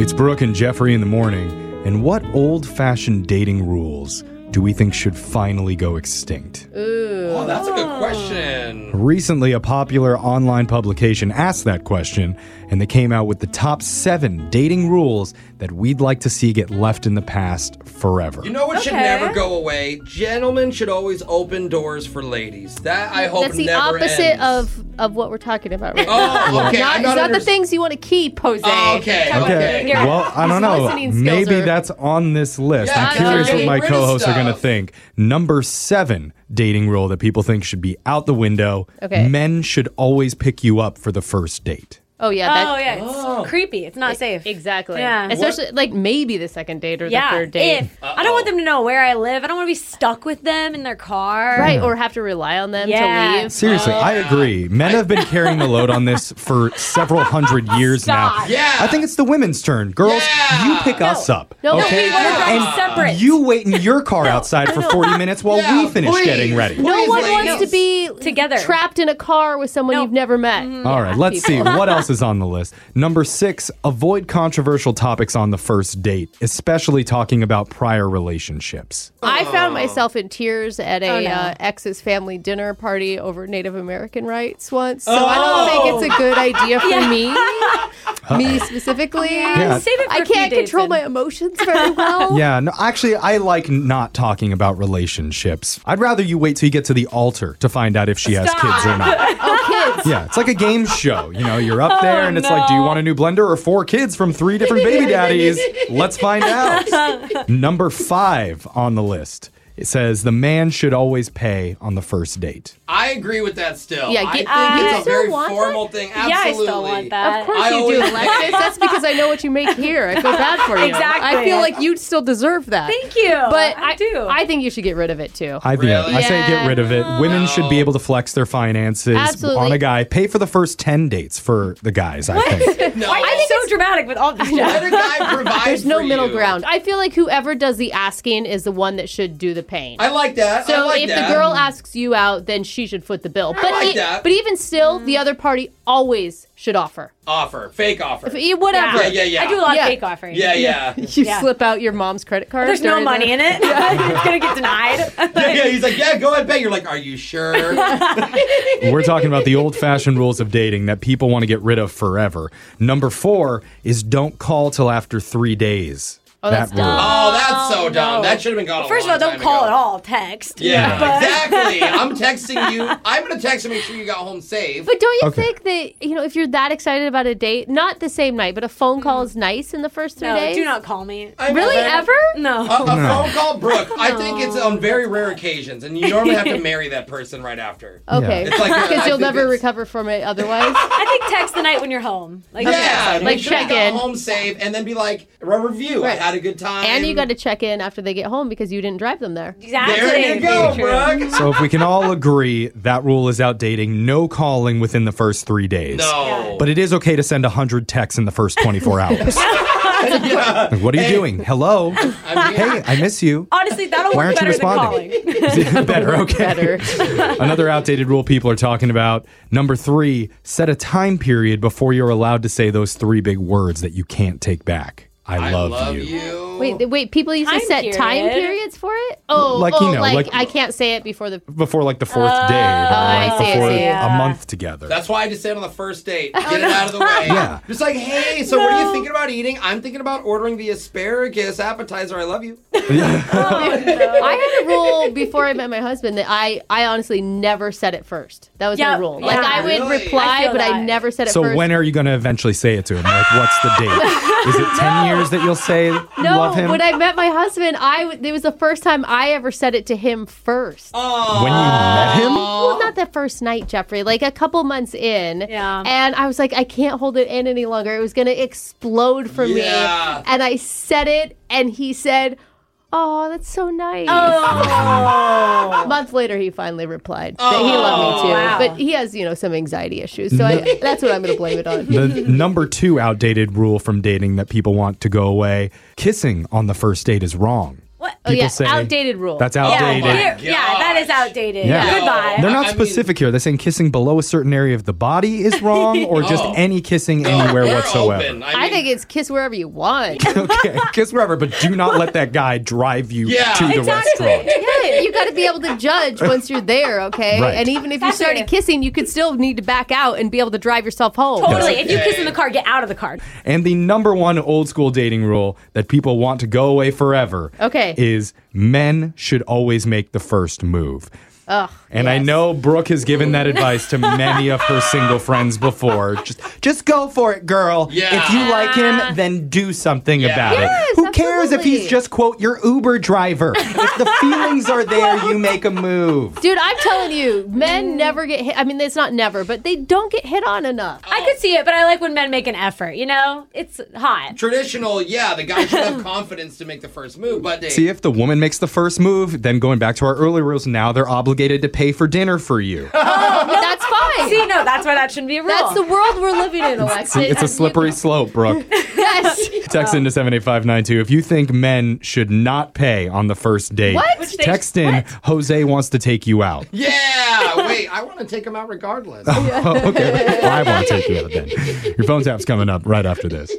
It's Brooke and Jeffrey in the morning, and what old fashioned dating rules do we think should finally go extinct? Oh, that's a good question. Recently, a popular online publication asked that question, and they came out with the top seven dating rules that we'd like to see get left in the past forever. You know what should Okay. never go away? Gentlemen should always open doors for ladies. That I hope That's the never opposite ends. of of what we're talking about right now. Oh, okay. Not, I'm not it's not under- the things you want to keep, Jose. Oh, okay. Okay. Yeah. Well, I don't His know. listening skills Maybe are- that's on this list. Yeah, I'm I curious know. what my Get rid of co-hosts are going to stuff. think. Number seven dating rule that people think should be out the window: Okay. men should always pick you up for the first date. Oh yeah. Oh That, yeah, it's creepy. It's E-, not safe. Exactly. Yeah. Especially like maybe the second date or Yeah, the third date. if I don't want them to know where I live, I don't want to be stuck with them in their car. Right, or have to rely on them Yeah. to leave. Seriously, I agree. Men have been carrying the load on this for several hundred years now. Stop. Yeah. I think it's the women's turn. Girls, Yeah. you pick us up. No, no, okay? we wanna drive and separate. You wait in your car outside for 40 minutes while Yeah, we finish please. getting ready. No No Please, one ladies. wants to be Together. trapped in a car with someone No. Mm-hmm. you've never met. All right, let's see people. what else is on the list. Number six, avoid controversial topics on the first date, especially talking about prior relationships. I found myself in tears at a Oh, no. uh, ex's family dinner party over Native American rights once. So I don't Oh. think it's a good idea for me, me specifically. Yeah. Save it for I a few can't days control in. my emotions very well. Yeah, no, actually, I like not talking about relationships. I'd rather you wait till you get to the altar to find out if she has kids or not. Oh, kids. Oh, Yeah, it's like a game show. You know, you're up there and it's like, do you no. want a new blender or four kids from three different baby daddies? Let's find out. Number five on the list. It says the man should always pay on the first date. I agree with that still. I Yeah, get- think you it's a still very want that? formal thing. Absolutely. Yeah, I still want that. Of course I you always- do, Alexis. That's because I know what you make here. I feel bad for you. I Exactly. feel like you'd still deserve that. Thank you. But I, do. I think you should get rid of it too. I, yeah, Really? I say get rid of it. Women should be able to flex their finances Absolutely. on a guy. Pay for the first 10 dates for the guys, I think. No, Why are you so dramatic with all this? let a guy provide There's no for middle you. ground. I feel like whoever does the asking is the one that should do the paying. I like that. I So like if that. the girl asks you out, then she should foot the bill. But like it- that. but even still, the other party always should offer. offer, fake offer. Eh, Whatever. Yeah, yeah, yeah. I do a lot Yeah. of fake offerings. yeah, yeah. You Yeah. slip out your mom's credit card. There's no during the- money in it. it's gonna get denied. yeah, yeah. He's like, yeah, go ahead, pay. You're like, are you sure? We're talking about the old fashioned rules of dating that people want to get rid of forever. Number four is don't call till after three days. Oh, that that's rule. Oh, that's so dumb. That should have been gone. a First long of all, don't time call ago. at all. Text. Yeah, But- exactly. I'm texting you. I'm gonna text and make sure you got home safe. But don't you Okay. think that you know if you're that excited about a date, not the same night, but a phone call is nice in the first three Mm-hmm. No, days? do not call me. I Oh. Really never- ever? No. A, a phone call, Brooke. I think it's on very rare occasions, and you normally have to marry that person right after. Oh, Okay. Yeah. It's like- uh, I Because you'll think never it's- recover from it otherwise. I think text the night when you're home. Like Yeah, make text. Like, sure you check got in. home safe, and then be like, a review. Right. I had a good time. and you got to check in after they get home because you didn't drive them there. Exactly. There you go, Brooke. So if we can all agree, that rule is outdating. No calling within the first three days. No, But it is okay to send 100 texts in the first 24 hours. yeah, Like, what are you doing? Hello? I'm here. Hey, I miss you. Honestly, that'll Why work aren't you better than responding? calling. better, okay. Better. Another outdated rule people are talking about. Number three, set a time period before you're allowed to say those three big words that you can't take back. I, I love, love you. you. Wait, th- wait. People used to Time set time period. periods for it. Oh, Like, like, you oh, know, like, like- I can't say it before the. Before like the fourth day, Oh, I like see, I before see. a month together. That's why I just said on the first Oh, date, get it out of the way. Yeah. Just like, hey, so what are you thinking about eating? I'm thinking about ordering the asparagus appetizer. I love you. I had a rule before I met my husband that I, I honestly never said it first. That was Yeah, my rule. Like yeah. I would Really? reply, I feel but I that. never said it so first. when are you going to eventually say it to him? Like, what's the date? Is it 10 years that you'll say you no, love him? when I met my husband, I w- it was the first time I ever said it to him first. Oh, when you met him? Well, not the first night, Jeffrey. Like a couple months in. Yeah. And I was like, I can't hold it in any longer. It was going to explode for Yeah. me. And I said it, and he said, Oh, that's so nice. Oh. A month later, he finally replied that Oh, he loved me too. wow. But he has, you know, some anxiety issues. So I, that's what I'm going to blame it on. The number two outdated rule from dating that people want to go away kissing on the first date is wrong. What? Oh, People yeah, say- outdated rule. That's Oh, yeah, outdated. my here- yeah, that is outdated. Yeah. No. Goodbye. They're I not mean- specific here. They're saying kissing below a certain area of the body is wrong, or just Oh. any kissing anywhere We're whatsoever. open. I mean, think it's kiss wherever you want. okay, kiss wherever, but do not let that guy drive you Yeah. to the Exactly. restaurant. yeah, you got to be able to judge once you're there, okay? Right. And even if Exactly. you started kissing, you could still need to back out and be able to drive yourself home. Totally. If you Okay. kiss in the car, get out of the car. And the number one old school dating rule that people want to go away forever Okay. is men should always make the first move. Ugh. And I yes. know Brooke has given that advice to many of her single friends before. Just just go for it, girl. Yeah. If you like him, then do something Yeah. about Yes, it. Who cares if he's absolutely. just quote your Uber driver? if the feelings are there, you make a move. Dude, I'm telling you, men never get hit. I mean, it's not never, but they don't get hit on enough. I could see it, but I like when men make an effort. You know, it's hot. traditional. Yeah, the guy should have confidence to make the first move, but they, See if the woman makes the first move, then going back to our earlier rules, now they're obligated to pay for dinner for you. That's fine. See, no, that's why that shouldn't be a rule. That's the world we're living in, Alexis. See, it's a slippery slope, Brooke. Yes. Text into 78592 if you think men should not pay on the first date. What? Which they- Text in, Jose wants to take you out. yeah. Wait, I want to take him out regardless. Oh, okay. Well, I want to take you out then. Your phone tap's coming up right after this.